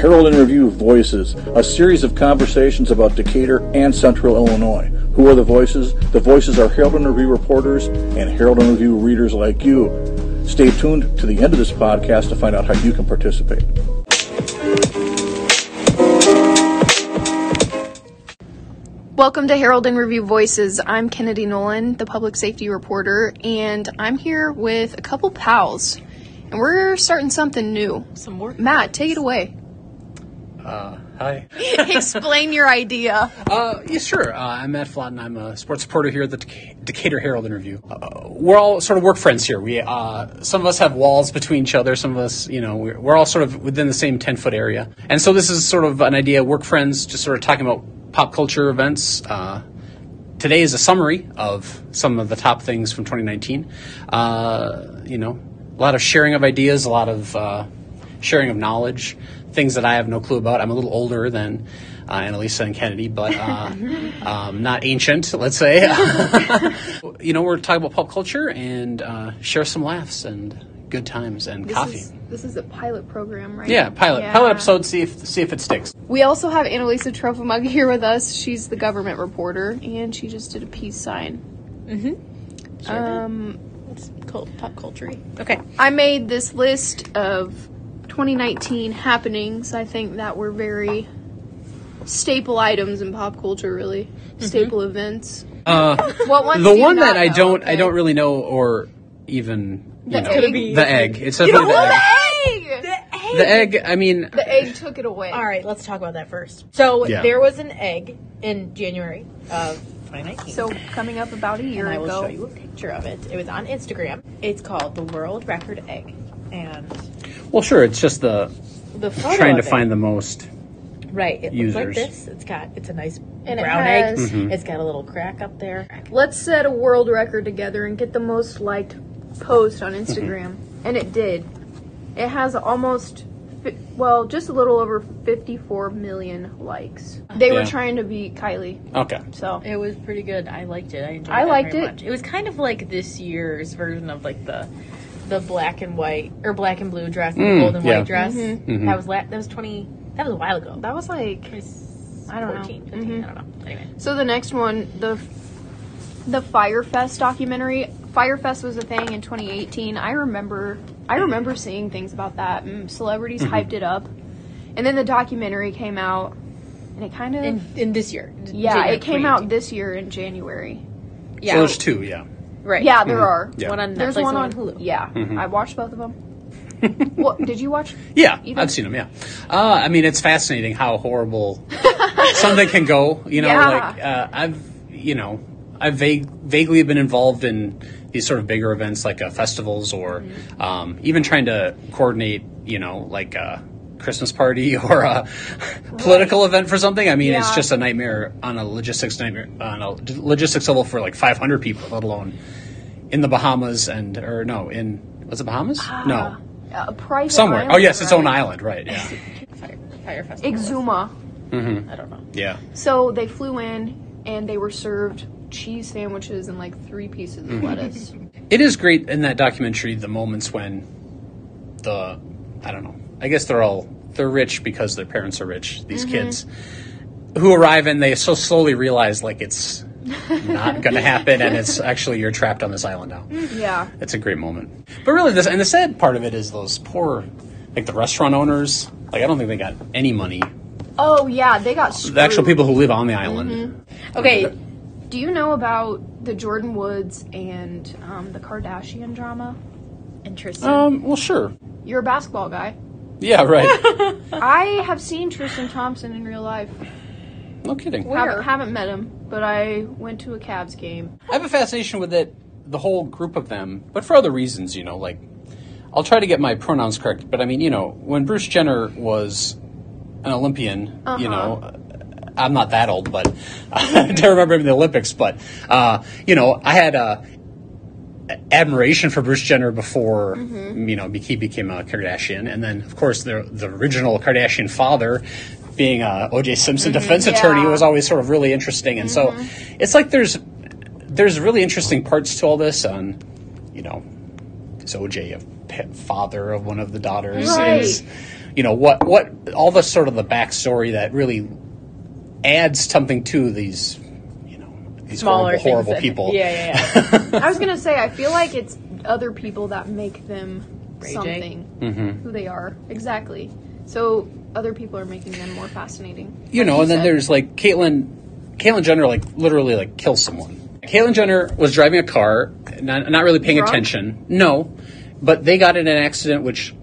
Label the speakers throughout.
Speaker 1: Herald and Review Voices, a series of conversations about Decatur and Central Illinois. Who are the voices? The voices are Herald and Review reporters and Herald and Review readers like you. Stay tuned to the end of this podcast to find out how you can participate.
Speaker 2: Welcome to Herald and Review Voices. I'm Kennedy Nolan, the public safety reporter, and I'm here with a couple pals, and we're starting something new.
Speaker 3: Some work.
Speaker 2: Matt, take it away.
Speaker 3: Hi.
Speaker 2: Explain your idea.
Speaker 3: Uh, yeah, sure. Uh, I'm Matt Flotten. I'm a sports reporter here at the Deca- Decatur Herald Interview. Uh, we're all sort of work friends here. We uh, some of us have walls between each other. Some of us, you know, we're, we're all sort of within the same ten foot area. And so this is sort of an idea. Work friends, just sort of talking about pop culture events. Uh, today is a summary of some of the top things from 2019. Uh, you know, a lot of sharing of ideas, a lot of uh, sharing of knowledge, things that I have no clue about. I'm a little older than uh, Annalisa and Kennedy, but uh, um, not ancient, let's say. you know, we're talking about pop culture and uh, share some laughs and good times and coffee.
Speaker 2: This is, this is a pilot program, right?
Speaker 3: yeah, pilot pilot episode. See if see if it sticks.
Speaker 2: We also have Annalisa Trofimug here with us. She's the government reporter, and she just did a peace sign.
Speaker 4: It's cult, pop culture. Okay.
Speaker 2: I made this list of 2019 happenings. I think that were very staple items in pop culture, really staple events.
Speaker 3: Mm-hmm. Uh,
Speaker 2: What ones
Speaker 3: the
Speaker 2: do you
Speaker 3: one
Speaker 2: not
Speaker 3: that I
Speaker 2: know?
Speaker 3: don't I
Speaker 2: Okay.
Speaker 3: don't really know or even you
Speaker 2: The
Speaker 3: know,
Speaker 2: egg?
Speaker 3: the egg. It's definitely the egg.
Speaker 4: Oh,
Speaker 2: the egg.
Speaker 3: The egg. I mean,
Speaker 2: The egg took it away.
Speaker 4: All right, let's talk about that first. So
Speaker 3: Yeah.
Speaker 4: there was an egg in January of 2019.
Speaker 2: So coming up about a year
Speaker 4: and I will
Speaker 2: ago.
Speaker 4: show you a picture of it. It was on Instagram. It's called the World Record Egg, and
Speaker 3: well, sure. It's just the
Speaker 4: the photo
Speaker 3: trying to
Speaker 4: of
Speaker 3: find
Speaker 4: it,
Speaker 3: the most.
Speaker 4: right. It
Speaker 3: users.
Speaker 4: looks like this. It's got it's a nice
Speaker 2: And it
Speaker 4: brown
Speaker 2: has-
Speaker 4: egg. It's got a little crack up there.
Speaker 2: Let's set a world record together and get the most liked post
Speaker 3: Mm-hmm.
Speaker 2: on Instagram. And it did. It has almost, fi- well, just a little over 54 million likes. They were
Speaker 3: Yeah.
Speaker 2: trying to beat Kylie,
Speaker 3: Okay.
Speaker 2: so.
Speaker 4: It was pretty good. I liked it. I enjoyed
Speaker 2: I
Speaker 4: it
Speaker 2: liked
Speaker 4: very
Speaker 2: it.
Speaker 4: Much. It was kind of like this year's version of like the the black and white or black and blue dress and
Speaker 3: Mm,
Speaker 4: the gold and
Speaker 3: yeah. Mm-hmm.
Speaker 4: white dress.
Speaker 2: Mm-hmm.
Speaker 4: That was la- that was 20 that was a while ago.
Speaker 2: That was like. I don't know. Mm-hmm.
Speaker 4: 14, 15, I don't know. Anyway.
Speaker 2: So the next one, the the Firefest documentary. Firefest was a thing in 2018. I remember I remember seeing things about that. And celebrities
Speaker 3: Mm-hmm.
Speaker 2: hyped it up, and then the documentary came out, and it kind of
Speaker 4: In, in this year. d-
Speaker 2: yeah,
Speaker 4: January
Speaker 2: it came out
Speaker 4: 2018.
Speaker 2: this year in January.
Speaker 4: Yeah.
Speaker 3: So there's two. Yeah.
Speaker 4: right.
Speaker 2: Yeah, there are.
Speaker 3: Mm-hmm. Yeah. Mm-hmm.
Speaker 4: One on
Speaker 2: There's
Speaker 4: Netflix
Speaker 2: one
Speaker 4: and
Speaker 2: on Hulu. Yeah, I watched both of them. what did you watch?
Speaker 3: Yeah,
Speaker 2: You don't-
Speaker 3: I've seen them. Yeah, uh, I mean it's fascinating how horrible something can go. You know,
Speaker 2: Yeah.
Speaker 3: like uh, I've you know I've vague, vaguely have been involved in these sort of bigger events like uh, festivals or
Speaker 2: Mm-hmm.
Speaker 3: um, even trying to coordinate. You know, like a Christmas party or a political event for something. I mean,
Speaker 2: Yeah.
Speaker 3: it's just a nightmare on a logistics nightmare on a logistics level for like 500 people, let alone in the Bahamas and or no in was it Bahamas? no.
Speaker 2: Uh, a private
Speaker 3: Somewhere.
Speaker 2: Island,
Speaker 3: oh yes, its own
Speaker 2: right?
Speaker 3: island, right? Yeah.
Speaker 4: Fire, Fire Festival.
Speaker 2: Exuma.
Speaker 4: I don't know.
Speaker 3: Yeah.
Speaker 2: So they flew in and they were served cheese sandwiches and like three pieces of lettuce.
Speaker 3: It is great in that documentary the moments when the I don't know. I guess they're all they're rich because their parents are rich, these kids who arrive and they so slowly realize like it's not going to happen and it's actually you're trapped on this island now.
Speaker 2: Yeah.
Speaker 3: It's a great moment. But really this and the sad part of it is those poor like the restaurant owners, like I don't think they got any money.
Speaker 2: Oh yeah, they got screwed.
Speaker 3: The actual people who live on the island.
Speaker 4: Okay.
Speaker 2: Do you know about the Jordan Woods and um, the Kardashian drama?
Speaker 4: Interesting.
Speaker 3: Um, well sure.
Speaker 2: You're a basketball guy.
Speaker 3: Yeah, right.
Speaker 2: I have seen Tristan Thompson in real life.
Speaker 3: no kidding.
Speaker 2: Haven't, haven't met him, but I went to a Cavs game.
Speaker 3: I have a fascination with it, the whole group of them, but for other reasons, you know, like I'll try to get my pronouns correct, but I mean, you know, when Bruce Jenner was an Olympian, you know, uh, I'm not that old, but I don't remember him in the Olympics, but uh, you know, I had uh, admiration for Bruce Jenner before you know he became a Kardashian, and then of course the the original Kardashian father. Being a O.J. Simpson defense attorney
Speaker 2: Yeah.
Speaker 3: was always sort of really interesting, and so it's like there's there's really interesting parts to all this on you know is oj a pet father of one of the daughters
Speaker 2: Right.
Speaker 3: is you know what what all the sort of the backstory that really adds something to these you know these
Speaker 4: Smaller
Speaker 3: horrible,
Speaker 4: things
Speaker 3: horrible
Speaker 4: that-
Speaker 3: people.
Speaker 4: Yeah, yeah, yeah.
Speaker 2: I was gonna say, I feel like it's other people that make them
Speaker 4: Raging.
Speaker 2: something,
Speaker 3: Mm-hmm.
Speaker 2: who they are exactly. So other people are making them more fascinating.
Speaker 3: you
Speaker 2: Like
Speaker 3: know, and then
Speaker 2: said.
Speaker 3: there's like Caitlyn, Caitlyn Jenner like literally like kills someone. Caitlyn Jenner was driving a car, not, not really paying
Speaker 2: Drunk?
Speaker 3: attention. No, but they got in an accident which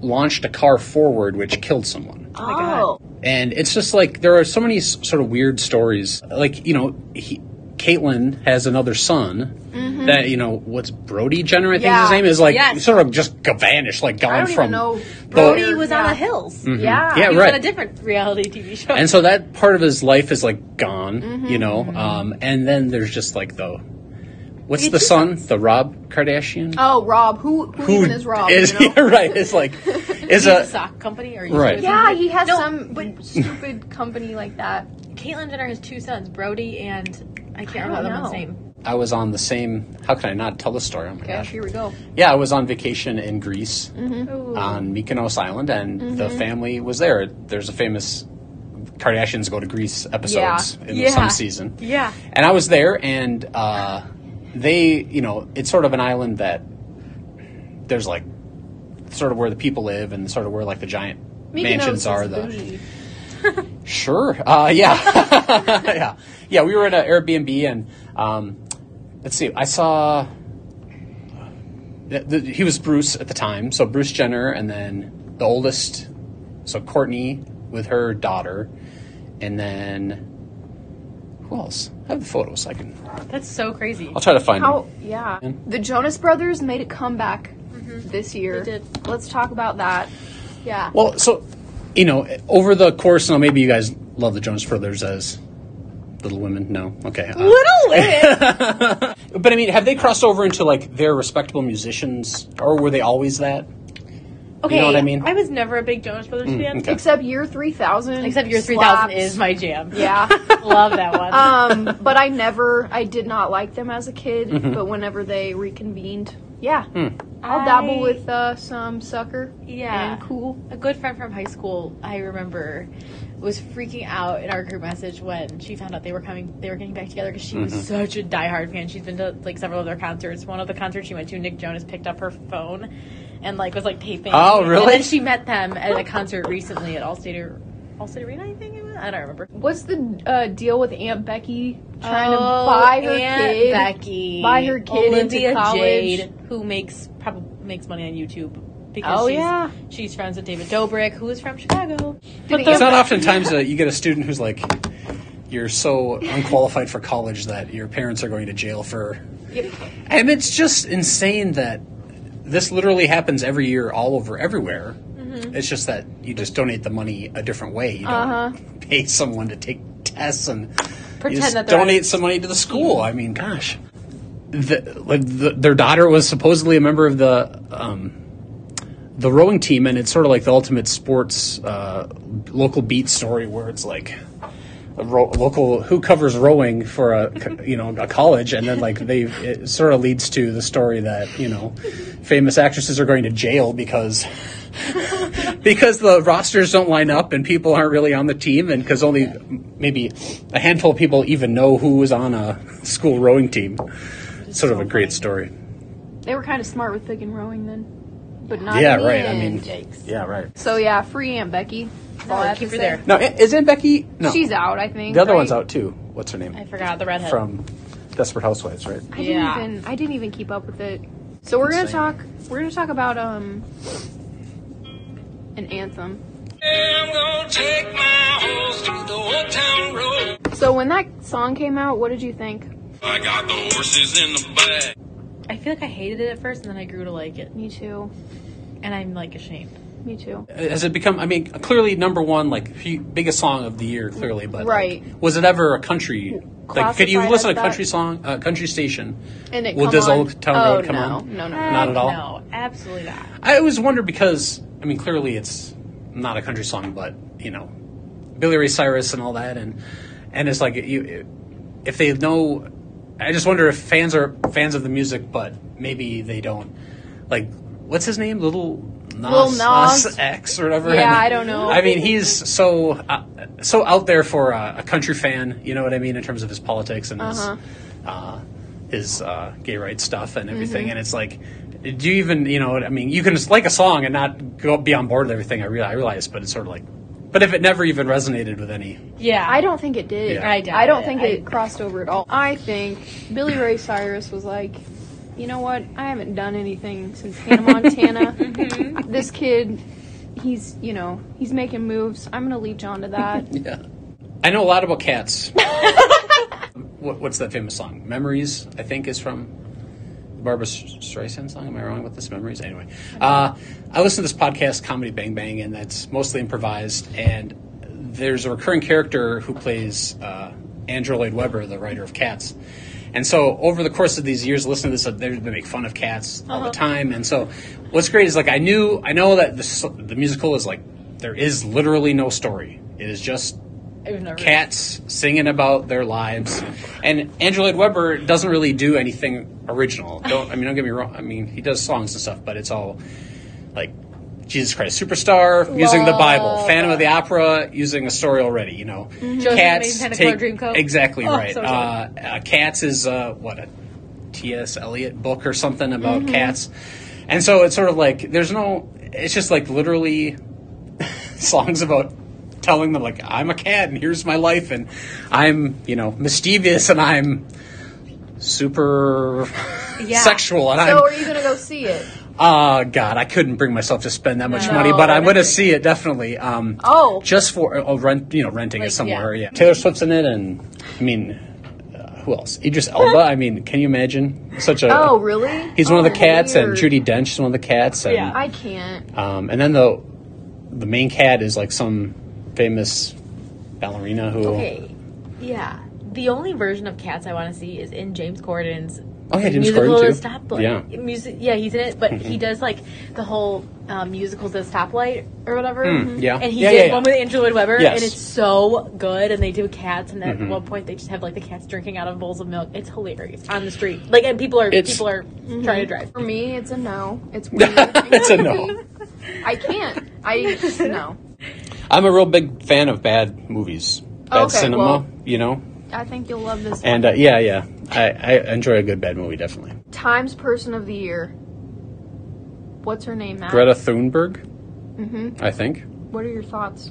Speaker 3: launched a car forward, which killed someone.
Speaker 2: oh,
Speaker 4: my God.
Speaker 3: And it's just like there are so many s- sort of weird stories. Like you know, he, Caitlyn has another son. That you know, what's Brody Jenner? I
Speaker 2: Mm-hmm.
Speaker 3: think
Speaker 2: Yeah.
Speaker 3: his name is like
Speaker 4: Yes.
Speaker 3: sort of just vanished, like gone
Speaker 2: I don't
Speaker 3: from
Speaker 2: even know.
Speaker 3: the-
Speaker 2: Brody
Speaker 4: He was on the
Speaker 2: hill.
Speaker 4: hills.
Speaker 2: Yeah.
Speaker 3: Yeah,
Speaker 4: He was
Speaker 3: Mm-hmm. right.
Speaker 4: on a different reality TV show.
Speaker 3: and so that part of his life is like gone,
Speaker 2: Mm-hmm.
Speaker 3: you know. Um, and then there's just like the what's the son, the Rob Kardashian,
Speaker 2: Oh, Rob. Who who, even is Rob?
Speaker 3: is-
Speaker 2: you know?
Speaker 3: yeah, right? It's like is
Speaker 4: He's a
Speaker 3: a
Speaker 4: sock company, or
Speaker 3: Right.
Speaker 2: Yeah, he has
Speaker 4: No,
Speaker 2: some but stupid company like that.
Speaker 4: Caitlyn Jenner has two sons, Brody and I can't
Speaker 2: I don't
Speaker 4: remember the one's
Speaker 2: know.
Speaker 4: name.
Speaker 3: I was on the same. How can I not tell the story? Oh my
Speaker 2: Okay,
Speaker 3: gosh!
Speaker 2: here we go. Mm-hmm.
Speaker 3: Yeah, I was on vacation in Greece
Speaker 2: Ooh.
Speaker 3: on Mykonos Island, and the
Speaker 2: Mm-hmm.
Speaker 3: family was there. There's a famous Kardashians go to Greece episodes in
Speaker 4: Yeah.
Speaker 3: some season.
Speaker 4: Yeah.
Speaker 3: and I was there, and uh, they, you know, it's sort of an island that there's like sort of where the people live and sort of where like the giant
Speaker 2: Mykonos
Speaker 3: mansions
Speaker 2: is
Speaker 3: are. The
Speaker 2: bougie.
Speaker 3: sure, uh, yeah, yeah, yeah. We were at an Airbnb, and um, let's see, I saw. The, the, he was Bruce at the time, so Bruce Jenner, and then the oldest, so Courtney with her daughter, and then who else? I have the photos. I can
Speaker 4: That's so crazy.
Speaker 3: I'll try to find
Speaker 2: How?
Speaker 3: him.
Speaker 2: Yeah. The Jonas Brothers made a comeback this year.
Speaker 4: They did.
Speaker 2: Let's talk about that. Yeah.
Speaker 3: Well, so you know, over the course now, maybe you guys love the Jonas Brothers as Little Women. No, okay. uh,
Speaker 4: Little Women.
Speaker 3: but I mean, have they crossed over into like their respectable musicians, or were they always that?
Speaker 4: okay.
Speaker 3: what I mean? Mm,
Speaker 4: was never a big Jonas Brothers fan,
Speaker 3: okay.
Speaker 2: Except year three thousand.
Speaker 4: except your 3000 is my jam.
Speaker 2: Yeah.
Speaker 4: Love that one.
Speaker 2: um, but I never, I did not like them as a kid.
Speaker 3: Mm-hmm.
Speaker 2: But whenever they reconvened, yeah,
Speaker 3: Hmm.
Speaker 2: I'll dabble
Speaker 4: I-
Speaker 2: with uh, some sucker.
Speaker 4: Yeah.
Speaker 2: and cool.
Speaker 4: a good friend from high school, I remember, was freaking out in our group message when she found out they were coming, they were getting back together because she
Speaker 3: Mm-hmm.
Speaker 4: was such a diehard fan. She's been to like several of their concerts. One of the concerts she went to, Nick Jonas picked up her phone and like was like taping.
Speaker 3: Oh,
Speaker 4: And
Speaker 3: really?
Speaker 4: then she met them at a concert recently at Allstate, Ar- Allstate Arena, I think it was. I don't remember.
Speaker 2: What's the uh, deal with Aunt Becky trying to
Speaker 4: Oh,
Speaker 2: buy her
Speaker 4: Aunt
Speaker 2: kid?
Speaker 4: Becky,
Speaker 2: buy her kid into
Speaker 4: Olivia
Speaker 2: college.
Speaker 4: Jade, who makes probably makes money on YouTube because
Speaker 2: Oh,
Speaker 4: she's,
Speaker 2: yeah.
Speaker 4: she's friends with David Dobrik, who is from Chicago.
Speaker 2: Did
Speaker 3: It's
Speaker 2: Aunt
Speaker 3: not
Speaker 2: Becky-
Speaker 3: oftentimes that you get a student who's like, you're so unqualified for college that your parents are going to jail for. And it's just insane that this literally happens every year, all over, everywhere.
Speaker 4: Mm-hmm.
Speaker 3: It's just that you just donate the money a different way. You don't pay someone to take tests and you
Speaker 4: Uh-huh. Pretend
Speaker 3: just
Speaker 4: that they're on
Speaker 3: donate some money to the school. I mean, gosh, the, like the, their daughter was supposedly a member of the um, the rowing team, and it's sort of like the ultimate sports uh, local beat story where it's like a ro- local who covers rowing for a co- you know a college, and then like they it sort of leads to the story that you know famous actresses are going to jail because. because the rosters don't line up and people aren't really on the team, and because only maybe a handful of people even know who was on a school rowing team. Sort of
Speaker 4: so
Speaker 3: a great
Speaker 4: funny.
Speaker 3: story.
Speaker 2: They were kind of smart with picking rowing then, but not.
Speaker 3: yeah,
Speaker 2: in the
Speaker 3: right. I
Speaker 2: end.
Speaker 3: mean,
Speaker 4: Yikes.
Speaker 3: yeah, right.
Speaker 2: So yeah, free Aunt Becky. That's all I have
Speaker 4: keep
Speaker 2: to
Speaker 4: her
Speaker 2: say.
Speaker 4: there.
Speaker 3: Now, i- isn't Becky? No,
Speaker 2: She's out, I think.
Speaker 3: The other
Speaker 2: right?
Speaker 3: one's out too. What's her name?
Speaker 4: I forgot the redhead.
Speaker 3: From Desperate Housewives, right?
Speaker 2: I didn't
Speaker 4: Yeah.
Speaker 2: even I didn't even keep up with it. So we're gonna
Speaker 3: Insane.
Speaker 2: talk we're gonna talk about um an anthem.
Speaker 5: I'm gonna take my horse through the old town road.
Speaker 2: So when that song came out, what did you think?
Speaker 5: I got the horses in the back.
Speaker 4: I feel like I hated it at first, and then I grew to like it,
Speaker 2: Me too.
Speaker 4: and I'm like ashamed.
Speaker 2: Me too.
Speaker 3: Has it become? I mean, clearly number one, like hu- biggest song of the year, clearly. But like,
Speaker 2: Right.
Speaker 3: was it ever a country? Like, could you
Speaker 2: Classified
Speaker 3: listen
Speaker 2: as
Speaker 3: to a country
Speaker 2: that?
Speaker 3: song, uh, country station?
Speaker 2: And it
Speaker 3: Well,
Speaker 2: come
Speaker 3: does
Speaker 2: on?
Speaker 3: Old Town
Speaker 2: oh,
Speaker 3: Road come
Speaker 2: no.
Speaker 3: on?
Speaker 2: No, no, no.
Speaker 3: Not at all?
Speaker 4: No, absolutely not.
Speaker 3: I always wonder because I mean, clearly it's not a country song, but you know, Billy Ray Cyrus and all that, and and it's like you, if they know, I just wonder if fans are fans of the music, but maybe they don't. Like, what's his name? Little
Speaker 2: Lil
Speaker 3: Nas,
Speaker 2: Nas.
Speaker 3: Nas X or whatever.
Speaker 2: Yeah,
Speaker 3: I mean-
Speaker 2: I don't know.
Speaker 3: I mean, he's so uh, so out there for uh, a country fan. You know what I mean in terms of his politics and
Speaker 2: Uh-huh. Mm-hmm.
Speaker 3: his uh, his uh, gay rights stuff and everything. And it's like, do you even you know? I mean, you can just like a song and not go be on board with everything. I realize, I realize, but it's sort of like, but if it never even resonated with any,
Speaker 4: Yeah,
Speaker 2: I don't think it did.
Speaker 3: Yeah. I
Speaker 4: doubt
Speaker 2: I don't
Speaker 4: it.
Speaker 2: think
Speaker 4: I-
Speaker 2: it crossed over at all. I think Billy Ray Cyrus was like, you know what? I haven't done anything since Hannah Montana. This kid, he's you know he's making moves. I'm gonna leech onto that.
Speaker 3: yeah. I know a lot about cats. what, what's that famous song? Memories, I think, is from Barbara Streisand song. Am I wrong with this? Memories. Anyway, uh, I listen to this podcast, Comedy Bang Bang, and that's mostly improvised. And there's a recurring character who plays uh, Andrew Lloyd Webber, the writer of Cats. And so, over the course of these years, listening to this, uh, they they make fun of cats all the time. And so, what's great is like I knew, I know that the, s- the musical is like there is literally no story. It is just
Speaker 4: I've never
Speaker 3: cats singing about their lives. And Andrew Lloyd Webber doesn't really do anything original. Don't I mean? Don't get me wrong. I mean, he does songs and stuff, but it's all like Jesus Christ Superstar using the Bible,
Speaker 4: Love. Mm-hmm.
Speaker 3: Phantom of the Opera using a story already. You know,
Speaker 4: Joseph Made Tentacle Dreamcoat.
Speaker 3: exactly
Speaker 4: Oh,
Speaker 3: right.
Speaker 4: so
Speaker 3: uh,
Speaker 4: sorry.
Speaker 3: uh, cats is uh, what a T.S. Eliot book or something about
Speaker 4: Mm-hmm.
Speaker 3: cats. And so it's sort of like there's no. It's just like literally songs about telling them like I'm a cat and here's my life and I'm you know mischievous and I'm super
Speaker 4: Yeah.
Speaker 3: sexual and
Speaker 2: so "Oh, are
Speaker 3: I'm
Speaker 2: you gonna go see it?
Speaker 3: oh god I couldn't bring myself to spend that much
Speaker 4: No.
Speaker 3: money but I'm gonna
Speaker 2: Really?
Speaker 3: see it definitely um
Speaker 2: Oh.
Speaker 3: just for oh, rent you know renting
Speaker 4: Like,
Speaker 3: it somewhere
Speaker 4: yeah.
Speaker 3: yeah. Taylor Swift's in it and I mean uh, who else Idris Elba I mean can you imagine such a
Speaker 2: Oh really?
Speaker 3: he's one of
Speaker 2: Oh,
Speaker 3: the cats and
Speaker 2: weird.
Speaker 3: Judy Dench is one of the cats and
Speaker 4: Yeah.
Speaker 2: I can't.
Speaker 3: um, and then the the main cat is like some famous ballerina who.
Speaker 4: Okay. Yeah. The only version of Cats I want to see is in James Corden's
Speaker 3: Oh, yeah, James
Speaker 4: musical
Speaker 3: Corden, too.
Speaker 4: The Stoplight.
Speaker 3: Yeah.
Speaker 4: Music, yeah, he's in it, but he does like the whole um, musicals as Stoplight or whatever.
Speaker 3: Hmm,
Speaker 4: Mm-hmm.
Speaker 3: yeah.
Speaker 4: And he
Speaker 3: Yeah,
Speaker 4: did
Speaker 3: yeah, yeah.
Speaker 4: one with Andrew Lloyd Webber,
Speaker 3: Yes. Mm-hmm.
Speaker 4: and it's so good. And they do cats, and at one point they just have like the cats drinking out of bowls of milk. It's hilarious on the street. Like, and people are
Speaker 3: It's- Mm-hmm.
Speaker 4: people are trying to drive.
Speaker 2: For me, it's a no. It's weird. it's
Speaker 3: a no.
Speaker 2: I can't. I no.
Speaker 3: I'm a real big fan of bad movies, bad
Speaker 2: Okay,
Speaker 3: cinema,
Speaker 2: well-
Speaker 3: you know.
Speaker 2: I think you'll love this.
Speaker 3: And uh, yeah, yeah, I, I enjoy a good bad movie definitely.
Speaker 2: Times Person of the Year. What's her name? Matt?
Speaker 3: Greta Thunberg, I think.
Speaker 2: What are your thoughts?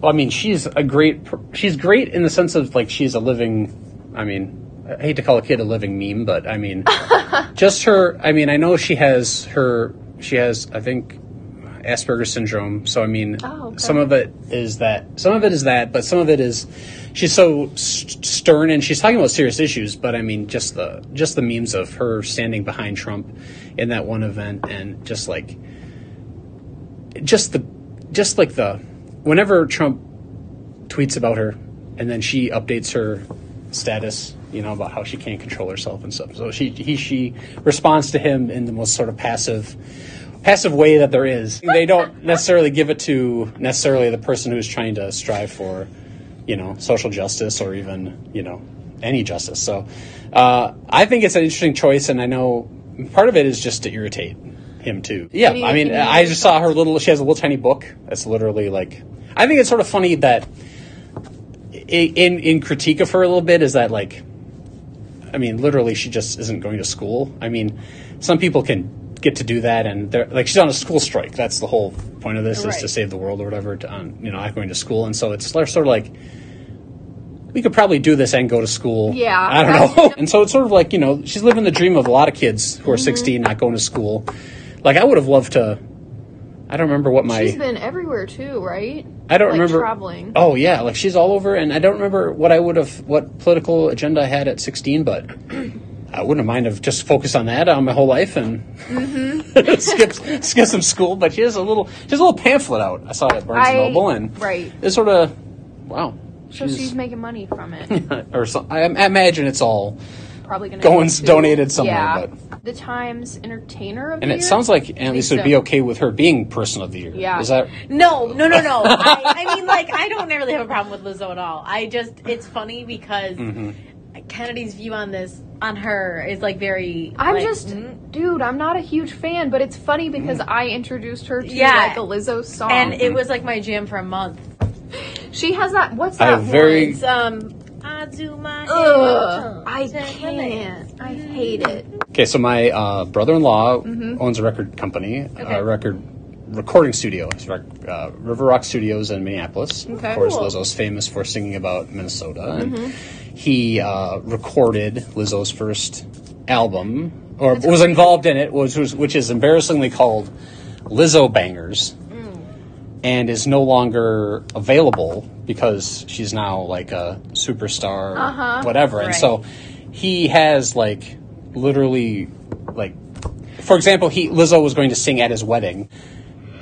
Speaker 3: Well, I mean, she's a great. per- She's great in the sense of like she's a living. I mean, I hate to call a kid a living meme, but I mean, just her. I mean, I know she has her. She has, I think, Asperger's syndrome. So I mean,
Speaker 2: Oh, okay.
Speaker 3: some of it is that. Some of it is that, but some of it is she's so s- stern and she's talking about serious issues. But I mean, just the just the memes of her standing behind Trump in that one event and just like just the just like the whenever Trump tweets about her and then she updates her status, you know, about how she can't control herself and stuff. So she he she responds to him in the most sort of passive passive way that there is. They don't necessarily give it to necessarily the person who's trying to strive for, you know, social justice or even, you know, any justice. So uh, I think it's an interesting choice and I know part of it is just to irritate him too. Yeah,
Speaker 2: Any-
Speaker 3: I mean
Speaker 2: any
Speaker 3: I just saw her little she has a little tiny book that's literally like I think it's sort of funny that i- in in critique of her a little bit is that like I mean literally she just isn't going to school. I mean some people can get to do that and they're like she's on a school strike. That's the whole point of this is to
Speaker 4: Right.
Speaker 3: save the world or whatever to um, you know not going to school and so it's sort of like we could probably do this and go to school.
Speaker 2: Yeah.
Speaker 3: I don't know. and so it's sort of like, you know, she's living the dream of a lot of kids who are
Speaker 2: Mm-hmm.
Speaker 3: 16 not going to school. Like I would have loved to I don't remember what my
Speaker 2: She's been everywhere too, right?
Speaker 3: I don't
Speaker 2: like
Speaker 3: remember
Speaker 2: traveling.
Speaker 3: Oh yeah, like she's all over, and I don't remember what I would have, what political agenda I had at sixteen, but I wouldn't mind have just focused on that on my whole life and
Speaker 2: Mm-hmm.
Speaker 3: skip skip some school. But she has a little, she has a little pamphlet out. I saw it at Barnes
Speaker 2: I-
Speaker 3: and Noble, and
Speaker 2: right.
Speaker 3: it's sort of wow.
Speaker 2: So she's, making money from it.
Speaker 3: or so, I I imagine it's all,
Speaker 2: Probably gonna
Speaker 3: Going
Speaker 2: get to-
Speaker 3: donated somewhere,
Speaker 2: Yeah. The Times Entertainer of
Speaker 3: and
Speaker 2: the
Speaker 3: it
Speaker 2: Year?
Speaker 3: sounds like Annalisa would
Speaker 2: so.
Speaker 3: be okay with her being person of the year.
Speaker 2: Yeah.
Speaker 3: is that
Speaker 4: No, no, no, no.
Speaker 3: Mm-hmm.
Speaker 4: I, I mean, like, I don't really have a problem with Lizzo at all. I just, it's funny because Kennedy's view on this on her is like very.
Speaker 2: I'm
Speaker 4: like,
Speaker 2: just,
Speaker 4: mm.
Speaker 2: dude, I'm not a huge fan, but it's funny because
Speaker 3: Mm.
Speaker 2: I introduced her to
Speaker 4: Yeah.
Speaker 2: like a Lizzo song.
Speaker 4: and
Speaker 3: Mm-hmm.
Speaker 4: it was like my jam for a month.
Speaker 2: she has that. What's
Speaker 3: I
Speaker 2: that
Speaker 3: have very-
Speaker 2: one?
Speaker 4: It's um. I do my.
Speaker 2: Ugh, I
Speaker 4: Take my legs.
Speaker 2: can't. I hate it.
Speaker 3: Okay, so my uh, brother-in-law
Speaker 2: Mm-hmm.
Speaker 3: owns a record company,
Speaker 4: Okay.
Speaker 3: a record recording studio. It's rec- uh, River Rock Studios in Minneapolis.
Speaker 2: Okay.
Speaker 3: of course,
Speaker 2: Cool. Mm-hmm.
Speaker 3: Lizzo's famous for singing about Minnesota, and he uh, recorded Lizzo's first album, or was involved in it, which was which is embarrassingly called Lizzo Bangers, and is no longer available because she's now like a superstar, whatever. And
Speaker 4: Right.
Speaker 3: so he has like literally like, for example, he Lizzo was going to sing at his wedding.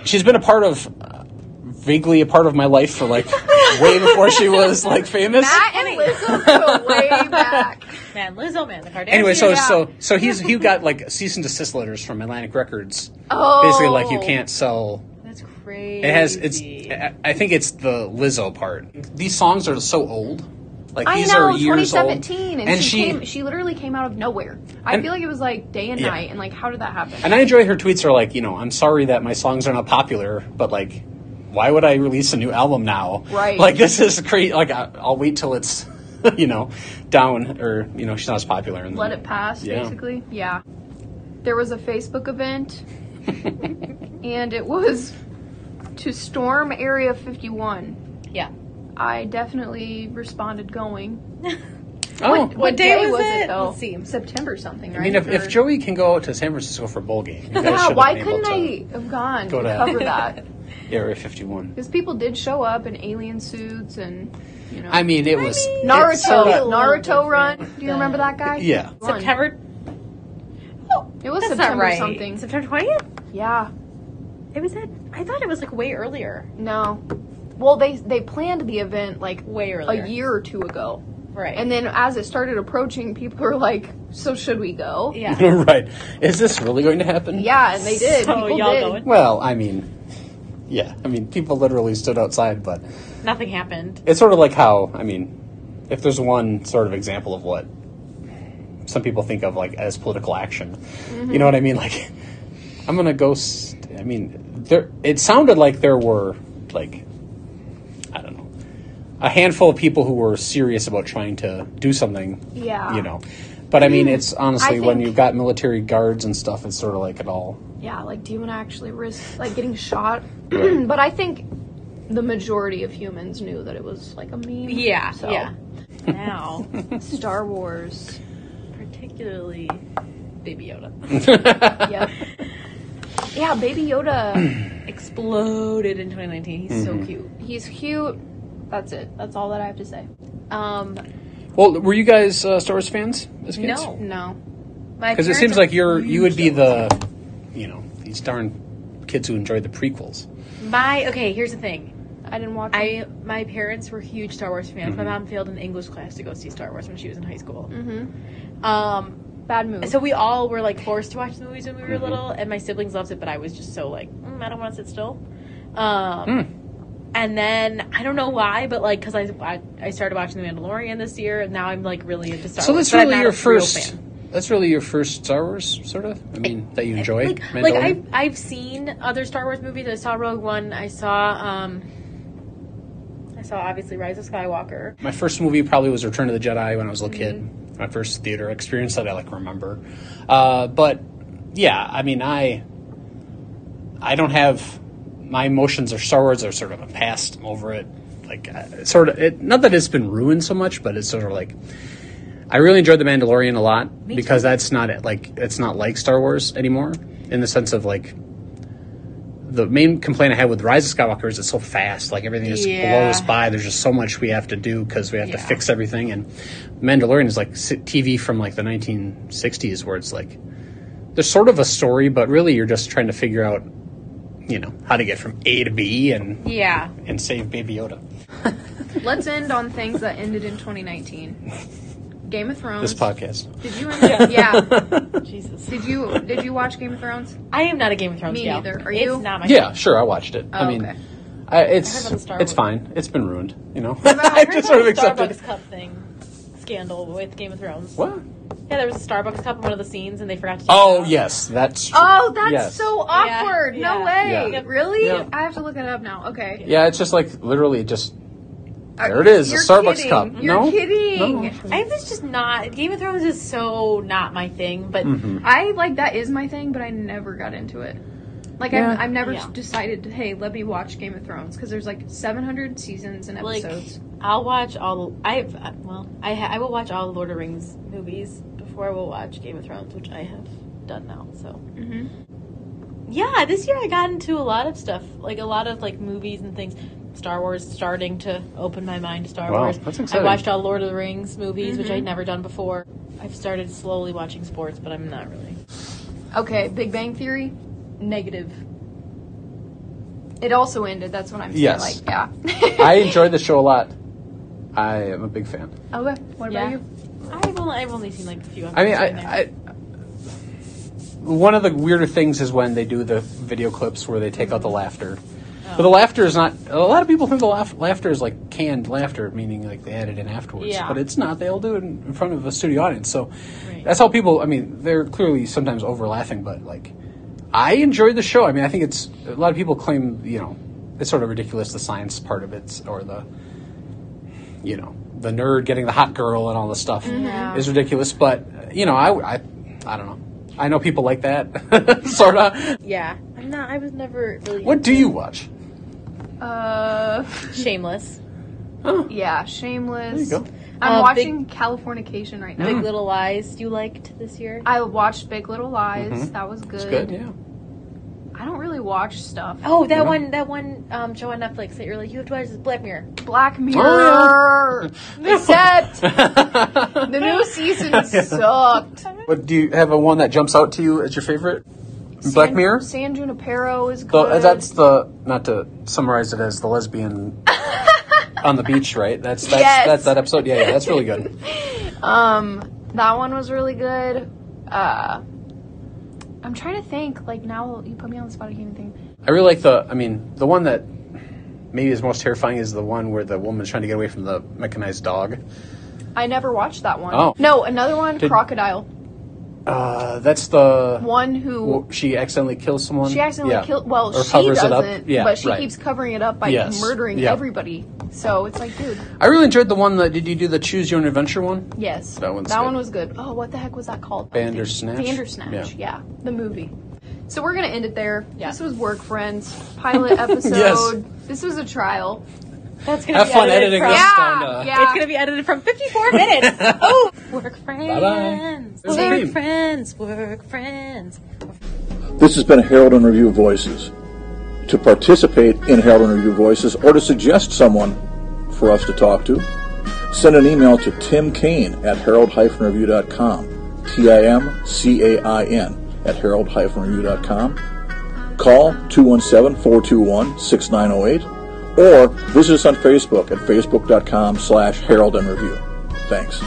Speaker 3: She's been a part of. uh, Vaguely a part of my life for like way before she was like famous.
Speaker 2: That and Lizzo go way back.
Speaker 4: Man, Lizzo, man, the Kardashians.
Speaker 3: Anyway, so
Speaker 2: Yeah.
Speaker 3: so so he's he got like cease and desist letters from Atlantic Records.
Speaker 2: Oh.
Speaker 3: Basically, like you can't sell.
Speaker 4: that's crazy.
Speaker 3: It has it's. I- I think it's the Lizzo part. These songs are so old. Like
Speaker 2: I
Speaker 3: these
Speaker 2: know,
Speaker 3: are years
Speaker 2: 2017,
Speaker 3: old,
Speaker 2: and, she, came, she literally came out of nowhere. I
Speaker 3: And-
Speaker 2: feel like it was like day and
Speaker 3: Yeah.
Speaker 2: night, and like how did that happen?
Speaker 3: and I enjoy her tweets are like you know I'm sorry that my songs are not popular, but like why would I release a new album now?
Speaker 2: Right.
Speaker 3: Like this is crazy. Like I, I'll wait till it's you know down or you know she's not as popular and
Speaker 2: Let
Speaker 3: then-
Speaker 2: it pass,
Speaker 3: Yeah.
Speaker 2: basically. Yeah. There was a Facebook event, and it was to storm Area 51.
Speaker 4: yeah.
Speaker 2: I definitely responded going.
Speaker 3: Oh.
Speaker 4: What day was it?
Speaker 2: though?
Speaker 4: Let's see.
Speaker 2: September something, right?
Speaker 3: I mean, if,
Speaker 2: Or-
Speaker 3: if Joey can go to San Francisco for a bowl game, you guys
Speaker 2: yeah,
Speaker 3: should
Speaker 2: why
Speaker 3: have been able
Speaker 2: couldn't
Speaker 3: to-
Speaker 2: I have gone
Speaker 3: go
Speaker 2: to
Speaker 3: to-
Speaker 2: cover that?
Speaker 3: Area 51.
Speaker 2: Because people did show up in alien suits and, you know.
Speaker 3: I mean, it was it
Speaker 2: Naruto,
Speaker 3: sorta-
Speaker 4: little
Speaker 2: Naruto run.
Speaker 4: different
Speaker 2: Do you remember
Speaker 4: than-
Speaker 2: that guy?
Speaker 3: Yeah.
Speaker 2: Run.
Speaker 4: September. Oh,
Speaker 2: It was
Speaker 4: that's
Speaker 2: September
Speaker 4: not right.
Speaker 2: something.
Speaker 4: September twentieth.
Speaker 2: Yeah.
Speaker 4: It was that. I thought it was like way earlier.
Speaker 2: No. Well, they they planned the event like
Speaker 4: Way earlier.
Speaker 2: a year or two ago,
Speaker 4: Right.
Speaker 2: and then as it started approaching, people were like, "So should we go?"
Speaker 4: yeah.
Speaker 3: right. Is this really going to happen?
Speaker 2: Yeah, and they did.
Speaker 4: So
Speaker 2: people
Speaker 4: Oh, y'all
Speaker 2: did.
Speaker 4: going?
Speaker 3: Well, I mean, yeah. I mean, people literally stood outside, but
Speaker 4: Nothing happened.
Speaker 3: it's sort of like how, I mean, if there's one sort of example of what some people think of like as political action,
Speaker 2: Mm-hmm.
Speaker 3: you know what I mean? Like, I'm going to go. St- I mean, there. it sounded like there were, like, I don't know, a handful of people who were serious about trying to do something
Speaker 2: Yeah. Mm-hmm.
Speaker 3: you know. But I mean, it's honestly
Speaker 2: I
Speaker 3: when
Speaker 2: think-
Speaker 3: you've got military guards and stuff, it's sort of like it all.
Speaker 2: Yeah, like, do you want to actually risk like getting shot?
Speaker 3: Right.
Speaker 2: but I think the majority of humans knew that it was like a meme.
Speaker 4: Yeah.
Speaker 2: So,
Speaker 4: Yeah. Now,
Speaker 2: Star Wars.
Speaker 4: particularly Baby Yoda
Speaker 2: yep. Yeah, Baby Yoda.
Speaker 4: exploded in 2019. He's so cute.
Speaker 2: He's cute. That's it. That's all that I have to say.
Speaker 4: Um,
Speaker 3: Well, were you guys uh, Star Wars fans as kids?
Speaker 4: No.
Speaker 2: No.
Speaker 4: my
Speaker 3: because it
Speaker 4: parents
Speaker 3: seems
Speaker 4: are
Speaker 3: like you're you would be
Speaker 4: huge
Speaker 3: the, you know, these darn kids who enjoy the prequels.
Speaker 4: My okay. Here's the thing.
Speaker 2: I didn't watch it.
Speaker 4: I my parents were huge Star Wars fans. My mom failed an English class to go see Star Wars when she was in high school. Um,
Speaker 2: Bad movie.
Speaker 4: so we all were like forced to watch the movies when we were
Speaker 3: Mm-hmm.
Speaker 4: little, and my siblings loved it, but I was just so like, mm, I don't want to sit still. Um,
Speaker 3: Hmm.
Speaker 4: And then I don't know why, but like because I, I I started watching The Mandalorian this year, and now I'm like really into Star
Speaker 3: So that's
Speaker 4: Wars. but I'm
Speaker 3: really
Speaker 4: not
Speaker 3: your
Speaker 4: a real
Speaker 3: first.
Speaker 4: fan.
Speaker 3: That's really your first Star Wars, sort of. I mean, that you enjoy.
Speaker 4: Like, like
Speaker 3: Mandalorian?
Speaker 4: I've, I've seen other Star Wars movies. I saw Rogue One. I saw um, I saw obviously Rise of Skywalker.
Speaker 3: My first movie probably was Return of the Jedi when I was a little kid. My first theater experience that I like remember. Uh, but yeah, I mean, I I don't have my emotions or Star Wars are sort of a past over it. Like uh, sort of it, not that it's been ruined so much, but it's sort of like I really enjoyed the Mandalorian a lot because that's not it. Like it's not like Star Wars anymore in the sense of like. The main complaint I had with Rise of Skywalker is it's so fast, like everything just
Speaker 4: Yeah.
Speaker 3: blows by. There's just so much we have to do because we have to
Speaker 4: Yeah.
Speaker 3: fix everything. And Mandalorian is like si- TV from like the 1960s, where it's like there's sort of a story, but really you're just trying to figure out, you know, how to get from A to B and
Speaker 4: Yeah.
Speaker 3: and save Baby Yoda.
Speaker 2: Let's end on things that ended in 2019. Game of Thrones.
Speaker 3: This podcast.
Speaker 2: Did you? End- yeah.
Speaker 4: Jesus.
Speaker 2: Did you? Did you watch Game of Thrones?
Speaker 4: I am not a Game of Thrones
Speaker 2: Me
Speaker 4: gal.
Speaker 2: neither. Are
Speaker 4: it's
Speaker 2: you?
Speaker 4: not my
Speaker 3: Yeah, sure, I watched it.
Speaker 2: Oh,
Speaker 3: I mean,
Speaker 2: okay.
Speaker 3: I,
Speaker 4: I heard
Speaker 3: it's
Speaker 4: about the Star
Speaker 3: it's
Speaker 4: Wars.
Speaker 3: fine. It's been ruined, you know.
Speaker 4: I
Speaker 3: I
Speaker 4: heard
Speaker 3: just
Speaker 4: about
Speaker 3: sort of
Speaker 4: the
Speaker 3: accepted.
Speaker 4: Starbucks cup thing. scandal with Game of Thrones.
Speaker 3: What?
Speaker 4: Yeah, there was a Starbucks cup in one of the scenes, and they forgot to. Take it
Speaker 3: Oh
Speaker 4: out.
Speaker 3: yes, that's.
Speaker 2: Oh, that's
Speaker 3: Yes.
Speaker 2: so awkward.
Speaker 4: Yeah,
Speaker 2: No
Speaker 4: yeah.
Speaker 2: way.
Speaker 4: Yeah.
Speaker 2: Really?
Speaker 3: Yeah.
Speaker 2: I have to look it up now. Okay.
Speaker 3: Yeah, it's just like literally just there
Speaker 2: Uh,
Speaker 3: it is, a
Speaker 2: you're
Speaker 3: Starbucks
Speaker 2: kidding.
Speaker 3: cup.
Speaker 2: You're
Speaker 3: No?
Speaker 2: kidding.
Speaker 3: No.
Speaker 4: I think it's just not Game of Thrones is so not my thing, but
Speaker 3: Mm-hmm.
Speaker 2: I like that is my thing, but I never got into it. Like
Speaker 3: Yeah.
Speaker 2: I've, I've never
Speaker 4: Yeah.
Speaker 2: decided. Hey, let me watch Game of Thrones because there's like 700 seasons and
Speaker 4: like
Speaker 2: episodes.
Speaker 4: I'll watch all I've uh, well I ha- I will watch all the Lord of the Rings movies before I will watch Game of Thrones, which I have done now. So
Speaker 2: hmm
Speaker 4: yeah, this year I got into a lot of stuff, like a lot of like movies and things. Star Wars starting to open my mind to Star
Speaker 3: Wow,
Speaker 4: Wars.
Speaker 3: that's exciting.
Speaker 4: I watched all Lord of the Rings movies, which I'd never done before. I've started slowly watching sports, but I'm not really.
Speaker 2: Okay, Big Bang Theory, negative. It also ended. That's what I'm saying.
Speaker 3: Yes.
Speaker 2: Like, yeah.
Speaker 3: I enjoyed the show a lot. I am a big fan.
Speaker 2: Okay. Oh, What
Speaker 4: Yeah.
Speaker 2: about you?
Speaker 4: I've only, I've only seen like a few.
Speaker 3: I mean,
Speaker 4: episodes here and there.
Speaker 3: I, I one of the weirder things is when they do the video clips where they take out the laughter. But the laughter is not. A lot of people think the laugh, laughter is like canned laughter, meaning like they add it in afterwards.
Speaker 4: Yeah.
Speaker 3: But it's not. They all do it in, in front of a studio audience. So
Speaker 4: Right.
Speaker 3: that's how people. I mean, they're clearly sometimes over laughing, but like, I enjoyed the show. I mean, I think it's a lot of people claim you know it's sort of ridiculous the science part of it or the you know the nerd getting the hot girl and all this stuff is ridiculous. But uh, you know, I I, I don't know. I know people like that, sort of.
Speaker 4: yeah, I'm not. I was never really
Speaker 3: What do you watch?
Speaker 2: Uh,
Speaker 4: shameless.
Speaker 2: yeah. Shameless.
Speaker 3: There you go.
Speaker 2: I'm
Speaker 4: Uh,
Speaker 2: watching Californication
Speaker 3: Mm.
Speaker 2: right now.
Speaker 4: Big Little Lies you liked this year?
Speaker 2: I watched Big Little Lies. That was good.
Speaker 3: Mm-hmm. It's good, yeah.
Speaker 2: I don't really watch stuff.
Speaker 4: Oh, that
Speaker 3: Yeah.
Speaker 4: one, that one um, show on Netflix that you're like, you have to watch this Black Mirror.
Speaker 2: Black Mirror. They said the new season sucked.
Speaker 3: What do you have a one that jumps out to you as your favorite? Black
Speaker 2: San-
Speaker 3: Mirror.
Speaker 2: San Junipero is good.
Speaker 3: The, that's the not to summarize it as the lesbian on the beach, right? That's that's,
Speaker 2: Yes.
Speaker 3: that's that episode. Yeah, yeah, that's really good.
Speaker 2: um, that one was really good. Uh, I'm trying to think. Like now, you put me on the spot. I can't even think.
Speaker 3: I really like the. I mean, the one that maybe is most terrifying is the one where the woman's trying to get away from the mechanized dog.
Speaker 2: I never watched that one.
Speaker 3: Oh.
Speaker 2: No, another one,
Speaker 3: Did-
Speaker 2: Crocodile.
Speaker 3: Uh, that's the
Speaker 2: One who
Speaker 3: Well, she accidentally kills someone.
Speaker 2: she accidentally
Speaker 3: Yeah.
Speaker 2: killed. Well,
Speaker 3: Or
Speaker 2: she
Speaker 3: covers it
Speaker 2: doesn't,
Speaker 3: up. Yeah,
Speaker 2: but she
Speaker 3: right.
Speaker 2: keeps covering it up by
Speaker 3: Yes.
Speaker 2: murdering
Speaker 3: Yeah.
Speaker 2: everybody. So it's like, dude,
Speaker 3: I really enjoyed the one that did you do the choose your own adventure one?
Speaker 2: yes,
Speaker 3: That one's
Speaker 2: that
Speaker 3: good.
Speaker 2: one was good. Oh, what the heck was that called?
Speaker 3: Bandersnatch?
Speaker 2: Bandersnatch. Yeah.
Speaker 3: Yeah.
Speaker 2: the movie. So we're gonna end it there.
Speaker 4: Yeah.
Speaker 2: This was work friends pilot episode.
Speaker 3: Yes.
Speaker 2: This was a trial.
Speaker 4: That's gonna
Speaker 3: Have
Speaker 4: be
Speaker 3: fun
Speaker 4: edited
Speaker 3: editing
Speaker 4: from-
Speaker 3: this
Speaker 2: Yeah,
Speaker 3: down. Uh,
Speaker 2: yeah.
Speaker 4: It's gonna be edited from 54 minutes. oh, work friends,
Speaker 3: There's a
Speaker 4: work
Speaker 3: theme.
Speaker 4: friends, work friends.
Speaker 1: This has been a Herald and Review Voices. To participate in Herald and Review Voices or to suggest someone for us to talk to, send an email to Tim Kane at herald-review.com. T-I-M-C-A-I-N at herald-review.com. Call 217-421-6908 or visit us on Facebook at facebook.com slash herald and review. Thanks.